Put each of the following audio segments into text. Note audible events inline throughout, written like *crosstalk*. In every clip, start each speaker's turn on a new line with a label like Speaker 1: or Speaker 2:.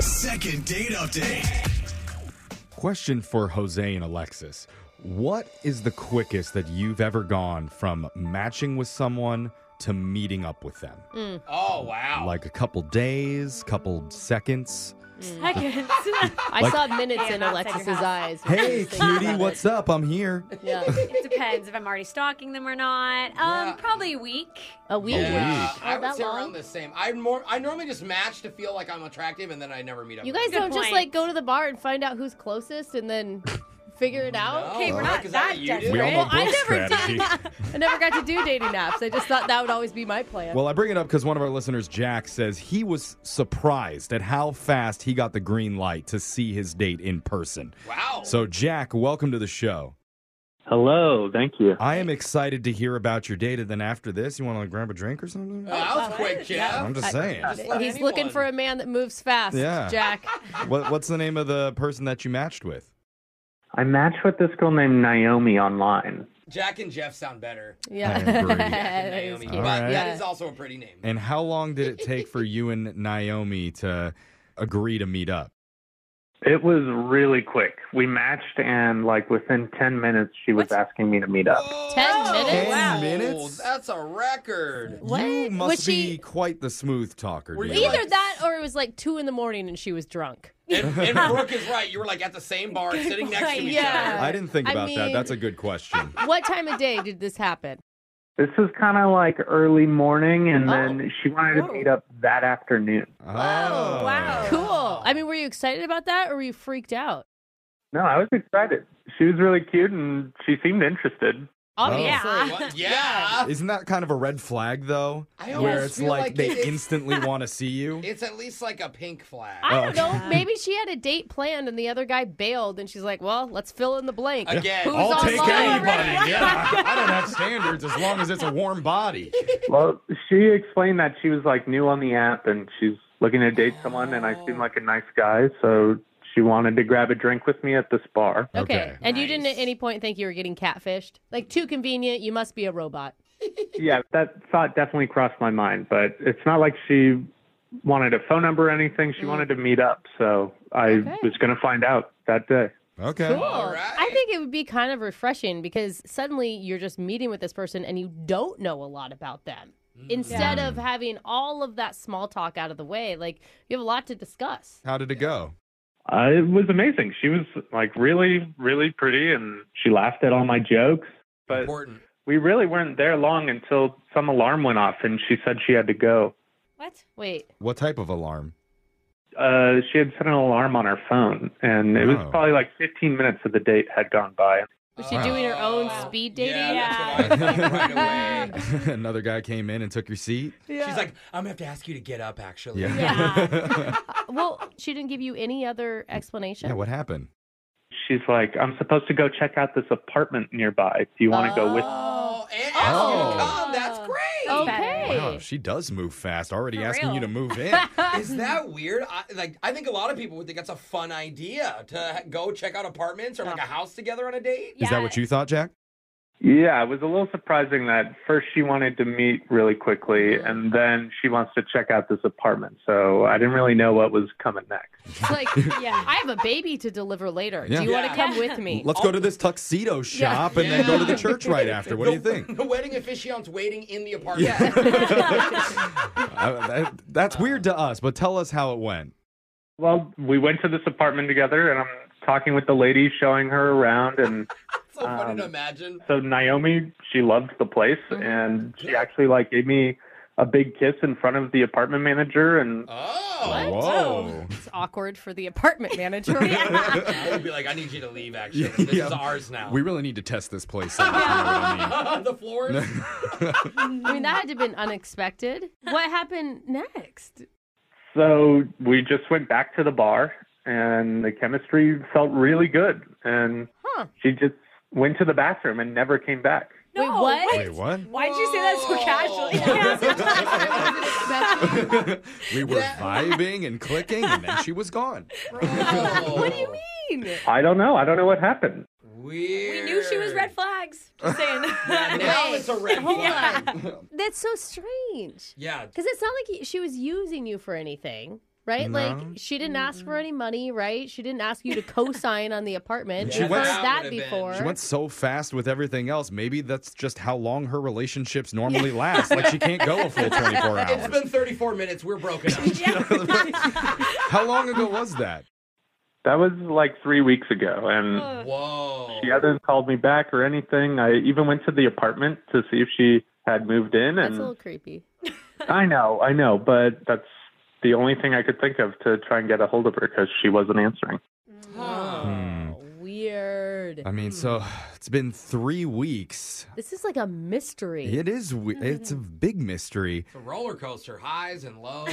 Speaker 1: Second date update.
Speaker 2: Question for Jose and Alexis. What is the quickest that you've ever gone from matching with someone to meeting up with them?
Speaker 3: Mm.
Speaker 4: Oh wow!
Speaker 2: Like a couple days, couple
Speaker 3: *laughs*
Speaker 2: seconds.
Speaker 5: Seconds.
Speaker 2: *laughs*
Speaker 3: I
Speaker 2: Like-
Speaker 3: saw minutes
Speaker 5: Yeah,
Speaker 3: in
Speaker 5: outside your
Speaker 3: Alexis's
Speaker 5: house.
Speaker 3: eyes. when she
Speaker 2: Hey,
Speaker 3: was thinking
Speaker 2: cutie,
Speaker 3: about it.
Speaker 2: what's up? I'm here.
Speaker 3: Yeah.
Speaker 2: *laughs*
Speaker 5: it depends if I'm already stalking them or not. Um,
Speaker 4: Yeah.
Speaker 5: probably a week.
Speaker 3: A week.
Speaker 4: yeah,
Speaker 3: Oh,
Speaker 4: I would
Speaker 3: that
Speaker 4: say
Speaker 3: long?
Speaker 4: around the same. I more I normally just match to feel like I'm attractive, and then I never meet up.
Speaker 3: You
Speaker 4: with
Speaker 3: guys
Speaker 4: them.
Speaker 3: don't just
Speaker 5: point.
Speaker 3: like go to the bar and find out who's closest and then figure it out.
Speaker 5: Okay, we're
Speaker 4: Oh,
Speaker 5: not
Speaker 4: is that
Speaker 5: that
Speaker 4: what you do?
Speaker 5: desperate.
Speaker 2: We all know
Speaker 3: Well, I
Speaker 2: Brooke's
Speaker 3: never
Speaker 2: strategy.
Speaker 3: I never got to do dating apps. I just thought that would always be my plan.
Speaker 2: Well, I bring it up because one of our listeners, Jack, says he was surprised at how fast he got the green light to see his date in person.
Speaker 4: Wow.
Speaker 2: So, Jack, welcome to the show.
Speaker 6: Hello, thank you.
Speaker 2: I am excited to hear about your date. And then after this, you want to grab a drink or something?
Speaker 4: Oh, that was quick, Jeff.
Speaker 2: I'm just saying.
Speaker 4: Just let
Speaker 3: He's
Speaker 4: anyone-
Speaker 3: looking for a man that moves fast,
Speaker 2: Yeah.
Speaker 5: *laughs*
Speaker 3: Jack.
Speaker 2: What, what's the name of the person that you matched with?
Speaker 6: I matched with this girl named Naomi online.
Speaker 4: Jack and Jeff sound
Speaker 3: *laughs*
Speaker 4: better.
Speaker 3: Yeah.
Speaker 2: I agree.
Speaker 4: And
Speaker 3: That is
Speaker 4: Naomi,
Speaker 3: cute.
Speaker 4: but
Speaker 2: All right.
Speaker 4: that
Speaker 3: Yeah.
Speaker 4: is also a pretty name.
Speaker 2: And how long did it take for you and Naomi to agree to meet up?
Speaker 6: It was really quick. We matched, and like within 10 minutes, she was asking me to meet up.
Speaker 4: Whoa!
Speaker 5: Oh,
Speaker 3: 10 minutes?
Speaker 2: 10 minutes?
Speaker 4: That's a
Speaker 3: *laughs*
Speaker 4: record.
Speaker 3: What?
Speaker 2: You must
Speaker 3: Was
Speaker 2: be
Speaker 3: she-
Speaker 2: quite the smooth talker.
Speaker 4: Were
Speaker 2: dude.
Speaker 4: you
Speaker 3: Either that or it was like two in the morning and she was drunk.
Speaker 4: And, and Brooke is right. You were like at the same
Speaker 3: *laughs*
Speaker 4: bar, sitting next to
Speaker 5: point.
Speaker 4: each
Speaker 3: Yeah.
Speaker 4: other.
Speaker 2: I didn't think
Speaker 3: I
Speaker 2: about that.
Speaker 3: mean-
Speaker 2: That's a good
Speaker 3: *laughs*
Speaker 2: question.
Speaker 3: What time of day did this happen?
Speaker 6: This was kind of like early morning, and
Speaker 3: Oh.
Speaker 6: then she wanted
Speaker 3: Whoa.
Speaker 6: to meet up that afternoon.
Speaker 2: Oh,
Speaker 5: wow.
Speaker 3: Cool. I mean, were you excited about that or were you freaked out?
Speaker 6: No, I was excited. She was really cute, and she seemed interested.
Speaker 3: Obviously.
Speaker 5: Yeah.
Speaker 3: *laughs*
Speaker 4: What? Yeah.
Speaker 2: Isn't that kind of a red flag though? Where
Speaker 4: I almost
Speaker 2: it's
Speaker 4: feel
Speaker 2: like,
Speaker 4: like
Speaker 2: they
Speaker 4: it- *laughs*
Speaker 2: instantly want to see you.
Speaker 4: It's at least like a pink flag.
Speaker 3: I don't
Speaker 2: Oh.
Speaker 3: know. *laughs* Maybe she had a date planned and the other guy bailed, and she's like, "Well, let's fill in the blank."
Speaker 4: Again.
Speaker 3: who's
Speaker 2: I'll take
Speaker 3: online?
Speaker 2: anybody. Yeah,
Speaker 4: *laughs*
Speaker 2: I I don't have standards as long as it's a warm body.
Speaker 6: Well, she explained that she was like new on the app, and she's looking to date someone, and I seem like a nice guy, so she wanted to grab a drink with me at this bar.
Speaker 3: Okay.
Speaker 2: Okay.
Speaker 3: And you didn't at
Speaker 4: Nice.
Speaker 3: any point think you were getting catfished? Like too convenient. You must be a robot.
Speaker 6: Yeah, that thought definitely crossed my mind, but it's not like she wanted a phone number or anything. She wanted to meet up, so I
Speaker 3: Okay.
Speaker 6: was going to find out that day.
Speaker 2: Okay.
Speaker 3: Cool.
Speaker 4: right.
Speaker 3: I think it would be kind of refreshing because suddenly you're just meeting with this person and you don't know a lot about them.
Speaker 4: Mm.
Speaker 3: Instead of having all of that small talk out of the way, like you have a lot to discuss.
Speaker 2: How did it go?
Speaker 6: Uh, it was amazing. She was like really, really pretty, and she laughed at all my jokes. But
Speaker 4: Important.
Speaker 6: we really weren't there long until some alarm went off, and she said she had to go.
Speaker 5: What?
Speaker 3: Wait,
Speaker 2: What type of
Speaker 4: *laughs*
Speaker 2: alarm?
Speaker 6: Uh, she had set an alarm on her phone, and it was
Speaker 2: Oh.
Speaker 6: probably like 15 minutes of the date had gone by.
Speaker 3: was she doing her own speed dating?
Speaker 4: Yeah, that's what I thought right
Speaker 2: *laughs*
Speaker 4: away.
Speaker 2: Another guy came in and took your seat.
Speaker 4: She's like, I'm gonna have to ask you to get up. Actually,
Speaker 2: Yeah.
Speaker 3: Well, she didn't give you any other explanation.
Speaker 2: yeah what happened?
Speaker 6: She's like, "I'm supposed to go check out this apartment nearby. Do you want to go with?"
Speaker 4: Oh, and
Speaker 2: Oh.
Speaker 4: oh. come. That's great.
Speaker 3: okay.
Speaker 2: Wow, she does move fast. Already
Speaker 5: For
Speaker 2: asking you to
Speaker 5: real.
Speaker 2: move in.
Speaker 4: Is that weird? I, like, I think a lot of people would think that's a fun idea to go check out apartments or like a house together on a date.
Speaker 2: Is that what you thought, Jack?
Speaker 6: Yeah, it was a little surprising that first she wanted to meet really quickly, and then she wants to check out this apartment. So I didn't really know what was coming next.
Speaker 2: *laughs*
Speaker 3: It's like,
Speaker 5: Yeah.
Speaker 3: I have a baby to deliver later.
Speaker 2: Yeah.
Speaker 3: Do you want
Speaker 4: Yeah.
Speaker 3: to come with me?
Speaker 2: Let's go to this tuxedo shop and then go to the church right after. What do you
Speaker 4: The-
Speaker 2: think?
Speaker 4: *laughs* The wedding officiant's waiting in the
Speaker 2: *laughs*
Speaker 4: apartment. *laughs*
Speaker 2: Uh, that- that's weird to us, but tell us how it went.
Speaker 6: Well, we went to this apartment together, and I'm talking with the lady, showing her around, and
Speaker 4: It's so funny to
Speaker 6: Um,
Speaker 4: imagine.
Speaker 6: so Naomi, she loved the place, and she actually like gave me a big kiss in front of the apartment manager, and
Speaker 4: Oh.
Speaker 2: Whoa.
Speaker 3: It's awkward for the apartment manager.
Speaker 2: *laughs*
Speaker 4: I would be like, I need you to leave, actually. This
Speaker 2: Yeah.
Speaker 4: is ours now.
Speaker 2: We really need to test this place out. if you know what I
Speaker 4: *laughs* the floors?
Speaker 2: *laughs*
Speaker 3: I mean, that had to have been unexpected. What happened next?
Speaker 6: So we just went back to the bar, and the chemistry felt really good. And
Speaker 3: Huh.
Speaker 6: she just went to the bathroom and never came back.
Speaker 5: No,
Speaker 3: Wait, what?
Speaker 2: mean. Wait, what?
Speaker 5: Why'd you say that so casually?
Speaker 2: we were vibing and clicking, and then she was gone.
Speaker 4: what do you mean?
Speaker 6: I don't know. I don't know what happened.
Speaker 4: Weird.
Speaker 5: We knew she was red flags. Just *laughs* saying.
Speaker 4: Yeah, now it's a red flag.
Speaker 3: *laughs* That's so strange.
Speaker 4: Yeah.
Speaker 3: Because it's not like he- she was using you for anything, right? Like
Speaker 2: No.
Speaker 3: she didn't ask for any money, right? She didn't ask you to co-sign on the apartment.
Speaker 2: She
Speaker 3: We've
Speaker 2: went-
Speaker 3: heard
Speaker 4: That
Speaker 3: that
Speaker 4: would've been-
Speaker 3: before.
Speaker 2: She went so fast with everything else. Maybe that's just how long her relationships normally last. Like she can't go a full 24
Speaker 4: It's
Speaker 2: hours.
Speaker 4: been 34 minutes. We're broken *laughs* up.
Speaker 2: *laughs* How long ago was that?
Speaker 6: That was like three weeks ago, and
Speaker 3: Oh.
Speaker 4: Whoa.
Speaker 6: she hasn't called me back or anything. I even went to the apartment to see if she had moved in,
Speaker 3: That's a
Speaker 6: and
Speaker 3: little creepy. *laughs*
Speaker 6: I know, I know, but that's the only thing I could think of to try and get a hold of her because she wasn't answering.
Speaker 2: Hmm.
Speaker 3: Oh, weird.
Speaker 2: I mean, so *sighs* it's been three weeks.
Speaker 3: This is like a mystery.
Speaker 2: It is. We- it's a big mystery.
Speaker 4: It's a roller coaster, highs and
Speaker 3: *laughs*
Speaker 4: lows.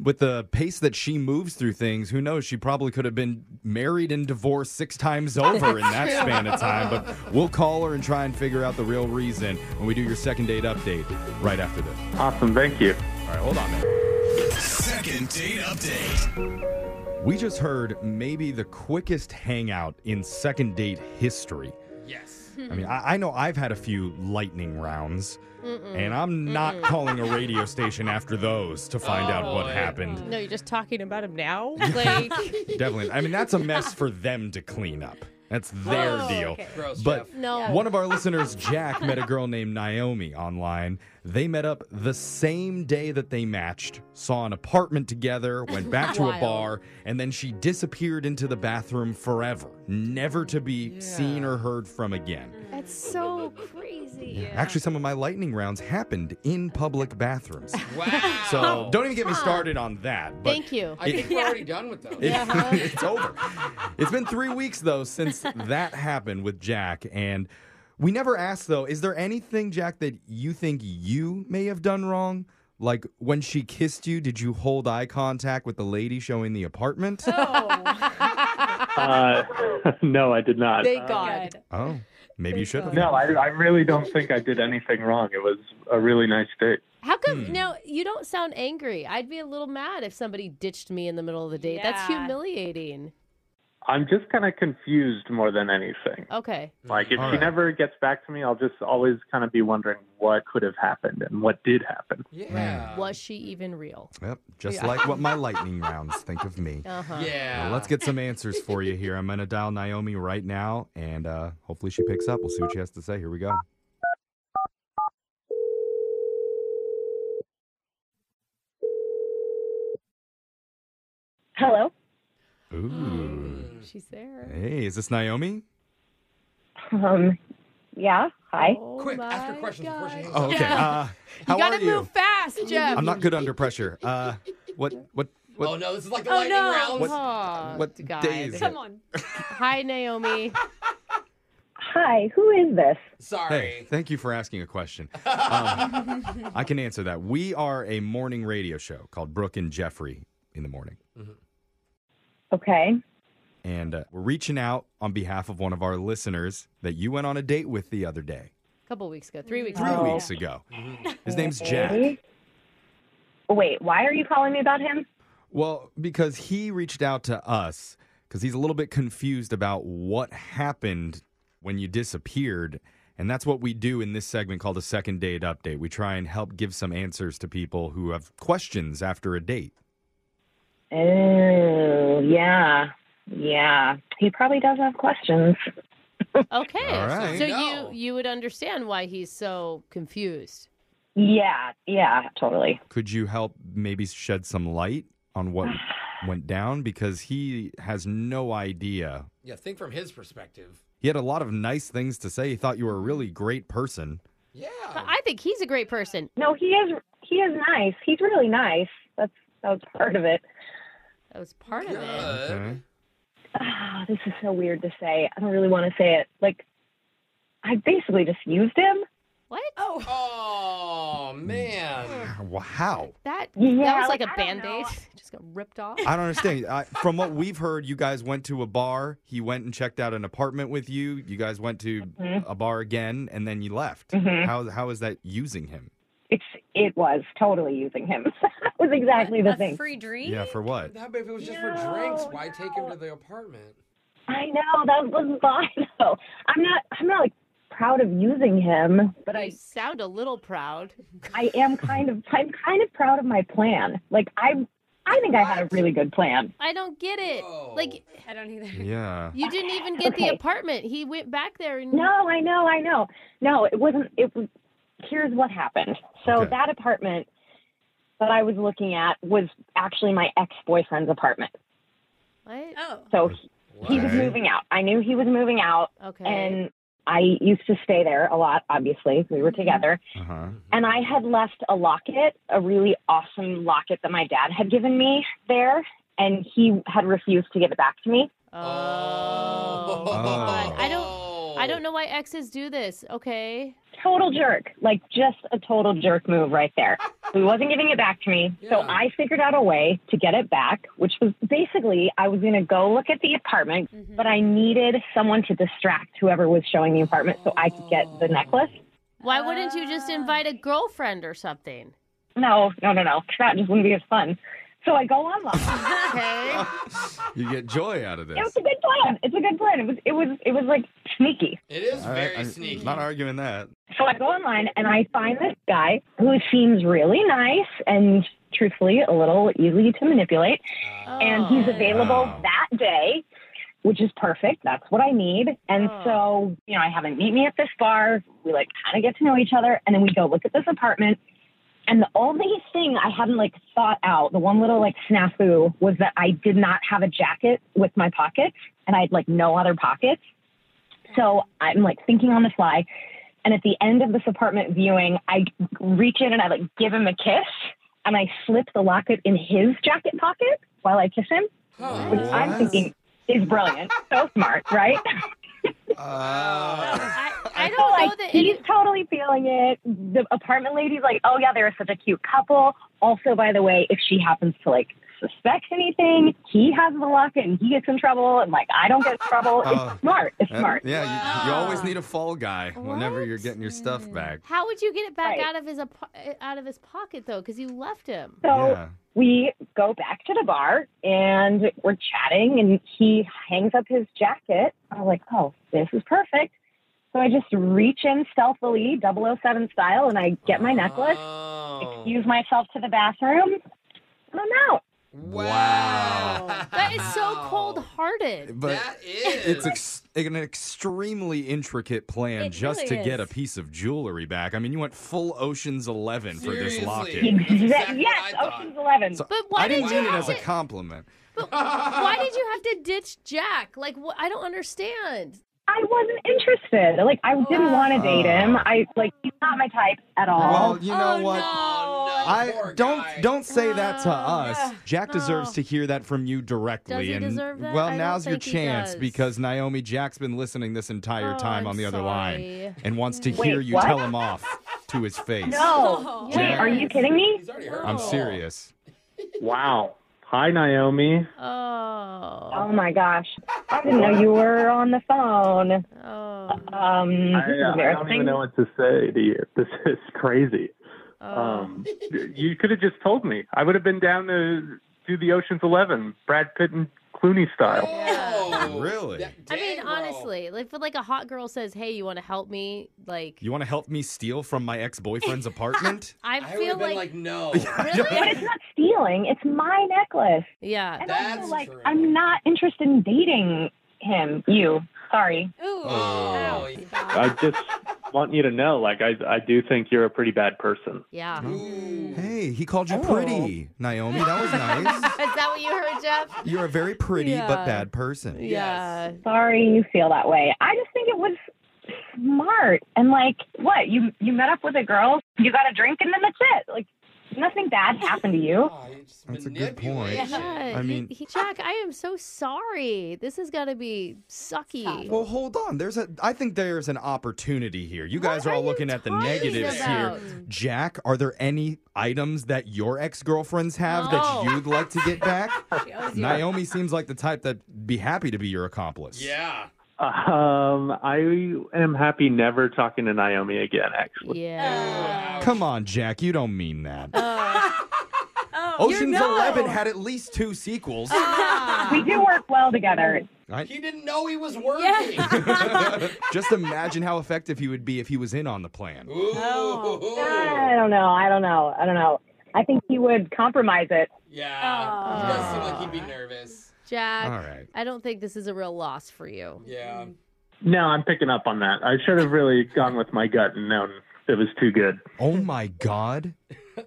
Speaker 2: With the pace that she moves through things, who knows? She probably could have been married and divorced six times over in that span of time. But we'll call her and try and figure out the real reason when we do your second date update right after this.
Speaker 6: Awesome, thank you.
Speaker 2: All right, hold on. There.
Speaker 1: Second date update.
Speaker 2: We just heard maybe the quickest hangout in second date history.
Speaker 3: *laughs*
Speaker 4: Yes.
Speaker 2: I mean, I, I know I've had a few lightning rounds, and I'm not calling a radio station after those to find out what
Speaker 4: boy.
Speaker 2: happened.
Speaker 3: No, you're just talking about
Speaker 2: *laughs*
Speaker 3: him now. Like,
Speaker 2: Definitely. I mean, that's a mess for them to clean up. That's their
Speaker 3: Oh,
Speaker 2: deal.
Speaker 3: okay.
Speaker 4: Gross,
Speaker 2: But
Speaker 4: Jeff.
Speaker 3: no.
Speaker 2: *laughs* one of our listeners, Jack, met a girl named Naomi online. They met up the same day that they matched, saw an apartment together, went back to a
Speaker 3: Wild.
Speaker 2: bar, and then she disappeared into the bathroom forever, never to be seen or heard from again.
Speaker 5: That's so crazy.
Speaker 2: Actually, some of my lightning rounds happened in public
Speaker 3: *laughs*
Speaker 2: bathrooms.
Speaker 4: Wow.
Speaker 2: So don't even get me started on that. But
Speaker 3: thank you.
Speaker 4: I think we're already done with those.
Speaker 2: it- *laughs* it's over. It's been three weeks though
Speaker 3: *laughs*
Speaker 2: since that happened with Jack, and we never asked though. Is there anything, Jack, that you think you may have done wrong? Like when she kissed you, did you hold eye contact with the lady showing the apartment?
Speaker 3: Oh.
Speaker 6: Uh, *laughs* no, I did not.
Speaker 3: Thank
Speaker 6: Uh,
Speaker 3: God.
Speaker 2: Oh, maybe you should have.
Speaker 6: No, I, I really don't think I did anything wrong. It was a really nice date.
Speaker 3: How come
Speaker 2: Hmm.
Speaker 3: now you don't sound angry? I'd be a little mad if somebody ditched me in the middle of the date. That's
Speaker 5: Yeah.
Speaker 3: humiliating.
Speaker 6: I'm just kind of confused more than anything.
Speaker 3: Okay.
Speaker 6: Like if
Speaker 2: All
Speaker 6: she
Speaker 2: right.
Speaker 6: never gets back to me, I'll just always kind of be wondering what could have happened and what did happen.
Speaker 4: Yeah.
Speaker 3: Was she even real?
Speaker 2: Yep, just like what
Speaker 3: *laughs*
Speaker 2: my lightning rounds think of me.
Speaker 3: Uh-huh.
Speaker 4: Yeah.
Speaker 2: Now, let's get some answers for you here. I'm going to dial Naomi right now, and uh, hopefully she picks up. We'll see what she has to say. Here we go.
Speaker 7: Hello.
Speaker 2: Ooh.
Speaker 3: She's there.
Speaker 2: Hey, is this Naomi?
Speaker 7: Um, yeah. Hi.
Speaker 3: Oh
Speaker 4: Quick, ask her
Speaker 3: my
Speaker 4: questions before she
Speaker 3: God.
Speaker 4: hangs
Speaker 2: Oh, okay. Uh, how
Speaker 3: You gotta
Speaker 2: are you?
Speaker 3: move fast, Jeff.
Speaker 2: I'm not good under pressure. Uh, what what what?
Speaker 4: Oh no, this is like the
Speaker 5: Oh,
Speaker 4: lightning
Speaker 5: no.
Speaker 4: rounds.
Speaker 2: What-
Speaker 3: Aw,
Speaker 2: what
Speaker 3: Oh, God.
Speaker 2: day is it?
Speaker 5: Come on.
Speaker 2: *laughs*
Speaker 3: Hi, Naomi.
Speaker 7: Hi. Who is this?
Speaker 2: Hey,
Speaker 4: Sorry.
Speaker 2: thank you for asking a question. Um, I can answer that. We are a morning radio show called Brooke and Jeffrey in the morning.
Speaker 7: Okay.
Speaker 2: And uh, we're reaching out on behalf of one of our listeners that you went on a date with the other day,
Speaker 3: A couple weeks ago, three weeks
Speaker 2: three
Speaker 3: ago.
Speaker 7: Oh.
Speaker 2: weeks ago. His name's Jack.
Speaker 7: Hey. Wait. Why are you calling me about him?
Speaker 2: Well, because he reached out to us because he's a little bit confused about what happened when you disappeared. And that's what we do in this segment called a second date update. We try and help give some answers to people who have questions after a date.
Speaker 7: Oh, yeah. Yeah. He probably does have questions.
Speaker 3: Okay.
Speaker 2: All right.
Speaker 3: So
Speaker 4: No.
Speaker 3: you you would understand why he's so confused.
Speaker 7: Yeah. Yeah. Totally.
Speaker 2: Could you help maybe shed some light on what went down? Because he has no idea.
Speaker 4: Yeah, think from his perspective.
Speaker 2: He had a lot of nice things to say. He thought you were a really great person.
Speaker 4: Yeah.
Speaker 7: Oh.
Speaker 3: I think he's a great person.
Speaker 7: No, he is. He is nice. He's really nice. That's that was part of it.
Speaker 3: That was part of it.
Speaker 4: Good.
Speaker 2: Okay.
Speaker 7: Ah, this is so weird to say. I don't really want to say it. Like, I basically just used him.
Speaker 3: What?
Speaker 7: Oh.
Speaker 4: Oh man.
Speaker 2: Well, how?
Speaker 3: That
Speaker 7: Yeah,
Speaker 3: that was like,
Speaker 7: like,
Speaker 3: a
Speaker 7: I don't
Speaker 3: band
Speaker 7: know.
Speaker 3: aid. *laughs* Just got ripped off.
Speaker 2: I don't understand. I, from what we've heard, you guys went to a bar. He went and checked out an apartment with you. You guys went to a bar again, and then you left. How how is that using him?
Speaker 7: It's. It was totally using him. *laughs* that was exactly the
Speaker 5: A
Speaker 7: thing.
Speaker 5: free drink?
Speaker 2: Yeah, for what?
Speaker 4: That if it was just for
Speaker 7: No,
Speaker 4: drinks, why take him
Speaker 7: no.
Speaker 4: to the apartment?
Speaker 7: I know that was why *laughs* though. I'm not. I'm not like proud of using him, but
Speaker 3: You
Speaker 7: I.
Speaker 3: sound a little proud.
Speaker 7: I am kind of. I'm kind of proud of my plan. Like I. I think I had a really good plan.
Speaker 3: I don't get it.
Speaker 4: Whoa.
Speaker 3: Like
Speaker 8: I don't either.
Speaker 2: Yeah.
Speaker 3: you didn't even get
Speaker 7: Okay.
Speaker 3: the apartment. He went back there and
Speaker 7: No, I know, I know. No, it wasn't. It was. Here's what happened. So
Speaker 2: Okay.
Speaker 7: that apartment that I was looking at was actually my ex boyfriend's apartment.
Speaker 3: what?
Speaker 8: Oh.
Speaker 7: So he, he was
Speaker 2: Okay.
Speaker 7: moving out. I knew he was moving out,
Speaker 3: Okay.
Speaker 7: Oh. and I used to stay there a lot. Obviously, we were together,
Speaker 2: Uh huh.
Speaker 7: and I had left a locket, a really awesome locket that my dad had given me there, and he had refused to give it back to me.
Speaker 3: oh.
Speaker 7: Oh.
Speaker 3: God. I don't Oh. I
Speaker 4: Oh.
Speaker 3: don't know why exes do this. Okay.
Speaker 7: total jerk, like just a total jerk move right there. He wasn't giving it back to me, so
Speaker 4: Yeah.
Speaker 7: I figured out a way to get it back, which was basically I was going to go look at the apartment, but I needed someone to distract whoever was showing the apartment so I could get the necklace.
Speaker 3: Why wouldn't you just
Speaker 8: Ah.
Speaker 3: invite
Speaker 7: Uh.
Speaker 3: a girlfriend or something?
Speaker 7: No, no, no, no, that just wouldn't be as fun. So I go online.
Speaker 3: Okay.
Speaker 2: You get joy out of this.
Speaker 7: it was a good plan. It's a good plan. It was, it was, it was like sneaky.
Speaker 4: It is
Speaker 2: All right,
Speaker 4: very
Speaker 2: I'm
Speaker 4: sneaky.
Speaker 2: Not arguing that.
Speaker 7: So I go online and I find this guy who seems really nice and truthfully a little easy to manipulate. and he's
Speaker 3: Oh.
Speaker 7: available
Speaker 2: Wow.
Speaker 7: that day, which is perfect. That's what I need. And
Speaker 3: Oh.
Speaker 7: so, you know, I have him meet me at this bar. We like kind of get to know each other, and then we go look at this apartment. And the only thing I hadn't like thought out, the one little like snafu was that I did not have a jacket with my pockets, and I had like no other pockets. So I'm like thinking on the fly. And at the end of this apartment viewing, I reach in and I like give him a kiss and I slip the locket in his jacket pocket while I kiss him,
Speaker 4: Huh.
Speaker 7: which I'm thinking is brilliant. so
Speaker 3: *laughs*
Speaker 7: smart, right? *laughs*
Speaker 2: Uh,
Speaker 3: I, I
Speaker 7: So
Speaker 3: don't know
Speaker 7: like
Speaker 3: that
Speaker 7: he's
Speaker 3: any,
Speaker 7: totally feeling it. The apartment lady's like, oh yeah, they're such a cute couple. Also, by the way, if she happens to like suspect anything, he has the locket and he gets in trouble and like I don't get in trouble.
Speaker 2: Oh.
Speaker 7: It's smart. It's
Speaker 2: uh,
Speaker 7: smart.
Speaker 2: yeah, you, you always
Speaker 3: Wow.
Speaker 2: need a fall guy whenever
Speaker 3: What?
Speaker 2: you're getting your stuff back.
Speaker 3: how would you get it back
Speaker 7: Right.
Speaker 3: out of his apo- eh, out of his pocket though? Because you left him.
Speaker 7: *laughs* So
Speaker 2: Yeah.
Speaker 7: we go back to the bar and we're chatting and he hangs up his jacket. I'm like, oh, this is perfect. So I just reach in stealthily, 007 style, and I get my necklace,
Speaker 4: Oh.
Speaker 7: excuse myself to the bathroom, and I'm out.
Speaker 4: Wow.
Speaker 3: That is so cold hearted.
Speaker 2: But
Speaker 4: that is.
Speaker 2: it's ex- an extremely intricate plan
Speaker 8: It
Speaker 2: just
Speaker 8: really
Speaker 2: to get a
Speaker 8: is.
Speaker 2: piece of jewelry back. I mean, you went full Ocean's 11 for this
Speaker 4: Seriously.
Speaker 2: locket.
Speaker 4: That's exactly what
Speaker 7: yes,
Speaker 4: I thought.
Speaker 7: Ocean's Eleven.
Speaker 2: So
Speaker 3: But why
Speaker 2: I didn't
Speaker 3: did you
Speaker 2: mean it
Speaker 3: have
Speaker 2: as a
Speaker 3: to-
Speaker 2: compliment.
Speaker 3: Why did you have to ditch Jack? Like wh- I don't understand.
Speaker 7: I wasn't interested. Like, I didn't want to date him. I like, he's not my type at all.
Speaker 2: Well, you know
Speaker 3: oh,
Speaker 2: what? Oh,
Speaker 3: No.
Speaker 2: I
Speaker 4: Poor
Speaker 2: don't
Speaker 4: guy.
Speaker 2: don't say that to
Speaker 3: Oh,
Speaker 2: us. Jack deserves
Speaker 3: no.
Speaker 2: to hear that from you directly.
Speaker 3: Does he
Speaker 2: and
Speaker 3: deserve that?
Speaker 2: well,
Speaker 3: I don't
Speaker 2: now's your
Speaker 3: think he
Speaker 2: chance
Speaker 3: does.
Speaker 2: because Naomi Jack's been listening this entire
Speaker 3: Oh,
Speaker 2: time
Speaker 3: I'm
Speaker 2: on the other line
Speaker 3: sorry.
Speaker 2: and wants to
Speaker 7: Wait,
Speaker 2: hear you
Speaker 7: what?
Speaker 2: tell him off to his
Speaker 3: *laughs*
Speaker 2: face.
Speaker 7: No.
Speaker 3: Yeah.
Speaker 7: Wait, are you kidding me?
Speaker 4: He's already hurt.
Speaker 2: I'm serious.
Speaker 6: Wow. Hi, Naomi.
Speaker 3: Oh.
Speaker 7: Oh my gosh. I didn't know you were on the phone.
Speaker 3: Oh.
Speaker 7: Um,
Speaker 6: I,
Speaker 7: this is
Speaker 6: uh, I don't
Speaker 7: embarrassing.
Speaker 6: even know what to say to you. *laughs* This is crazy.
Speaker 3: Oh.
Speaker 6: Um, you could have just told me. I would have been down to do the Ocean's Eleven, Brad Pitt and Clooney style.
Speaker 4: Oh.
Speaker 2: Really?
Speaker 3: I mean,
Speaker 4: dang, bro.
Speaker 3: honestly, like, but like a hot girl says, "Hey, you want to help me?" Like,
Speaker 2: You want to help me steal from my ex-boyfriend's apartment?
Speaker 3: I
Speaker 4: I would have
Speaker 3: feel
Speaker 4: been
Speaker 3: like, *laughs*
Speaker 2: *laughs*
Speaker 4: like, no.
Speaker 7: But it's not stealing. It's my necklace.
Speaker 3: yeah,
Speaker 7: And
Speaker 4: That's
Speaker 7: also, like,
Speaker 4: true.
Speaker 7: I'm not interested in dating him. You. Sorry.
Speaker 8: Ooh.
Speaker 4: Oh.
Speaker 6: I just want you to know, like, I, I do think you're a pretty bad person.
Speaker 3: yeah.
Speaker 4: Mm-hmm. Ooh.
Speaker 2: Hey, he called you
Speaker 7: Oh.
Speaker 2: pretty, Naomi. That was
Speaker 3: *laughs*
Speaker 2: nice.
Speaker 3: *laughs* Is that what you heard, Jeff?
Speaker 2: You're a very pretty but
Speaker 3: Yeah.
Speaker 2: bad person.
Speaker 3: Yeah.
Speaker 7: Sorry you feel that way. I just think it was smart. And like, what? You you met up with a girl, you got a drink, and then that's it. Like, nothing bad happened to you.
Speaker 4: Oh, it's
Speaker 2: That's a good point.
Speaker 4: manipulation.
Speaker 3: Yeah,
Speaker 2: I
Speaker 3: he-
Speaker 2: mean-
Speaker 3: he- Jack, I am so sorry. This has got to be sucky.
Speaker 2: Well, hold on. There's a. I think there's an opportunity here. You guys
Speaker 3: What
Speaker 2: are all
Speaker 3: you
Speaker 2: looking at the
Speaker 3: talking
Speaker 2: negatives
Speaker 3: about?
Speaker 2: here. Jack, are there any items that your ex girlfriends have that
Speaker 3: No.
Speaker 2: you'd like to get back?
Speaker 8: She owes you.
Speaker 2: Naomi seems like the type that'd be happy to be your accomplice.
Speaker 4: Yeah.
Speaker 6: Um, I am happy never talking to Naomi again, actually.
Speaker 3: Yeah.
Speaker 2: Come on, Jack. You don't mean that.
Speaker 8: Oh,
Speaker 2: Ocean's
Speaker 8: you're- no.
Speaker 2: Eleven had at least two sequels.
Speaker 7: We do work well together.
Speaker 2: I,
Speaker 4: He didn't know he was working.
Speaker 2: *laughs* just imagine how effective he would be if he was in on the plan.
Speaker 4: *laughs* Ooh.
Speaker 3: Oh,
Speaker 7: I don't know. I don't know. I don't know. I think he would compromise it
Speaker 4: Yeah. He does seem like he'd be nervous.
Speaker 3: Jack,
Speaker 6: All right.
Speaker 3: I don't think this is a real loss for you.
Speaker 4: Yeah.
Speaker 6: No, I'm picking up on that. I should have really gone with my gut and known it was too good.
Speaker 2: Oh my God.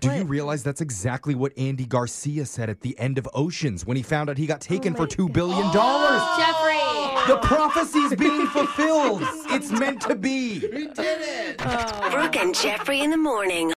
Speaker 2: Do you realize that's exactly what Andy Garcia said at the end of Oceans when he found out he got taken for $2 billion?
Speaker 3: Oh! Jeffrey.
Speaker 2: The prophecy's being fulfilled. It's meant to be.
Speaker 9: Brooke and Jeffrey in the morning.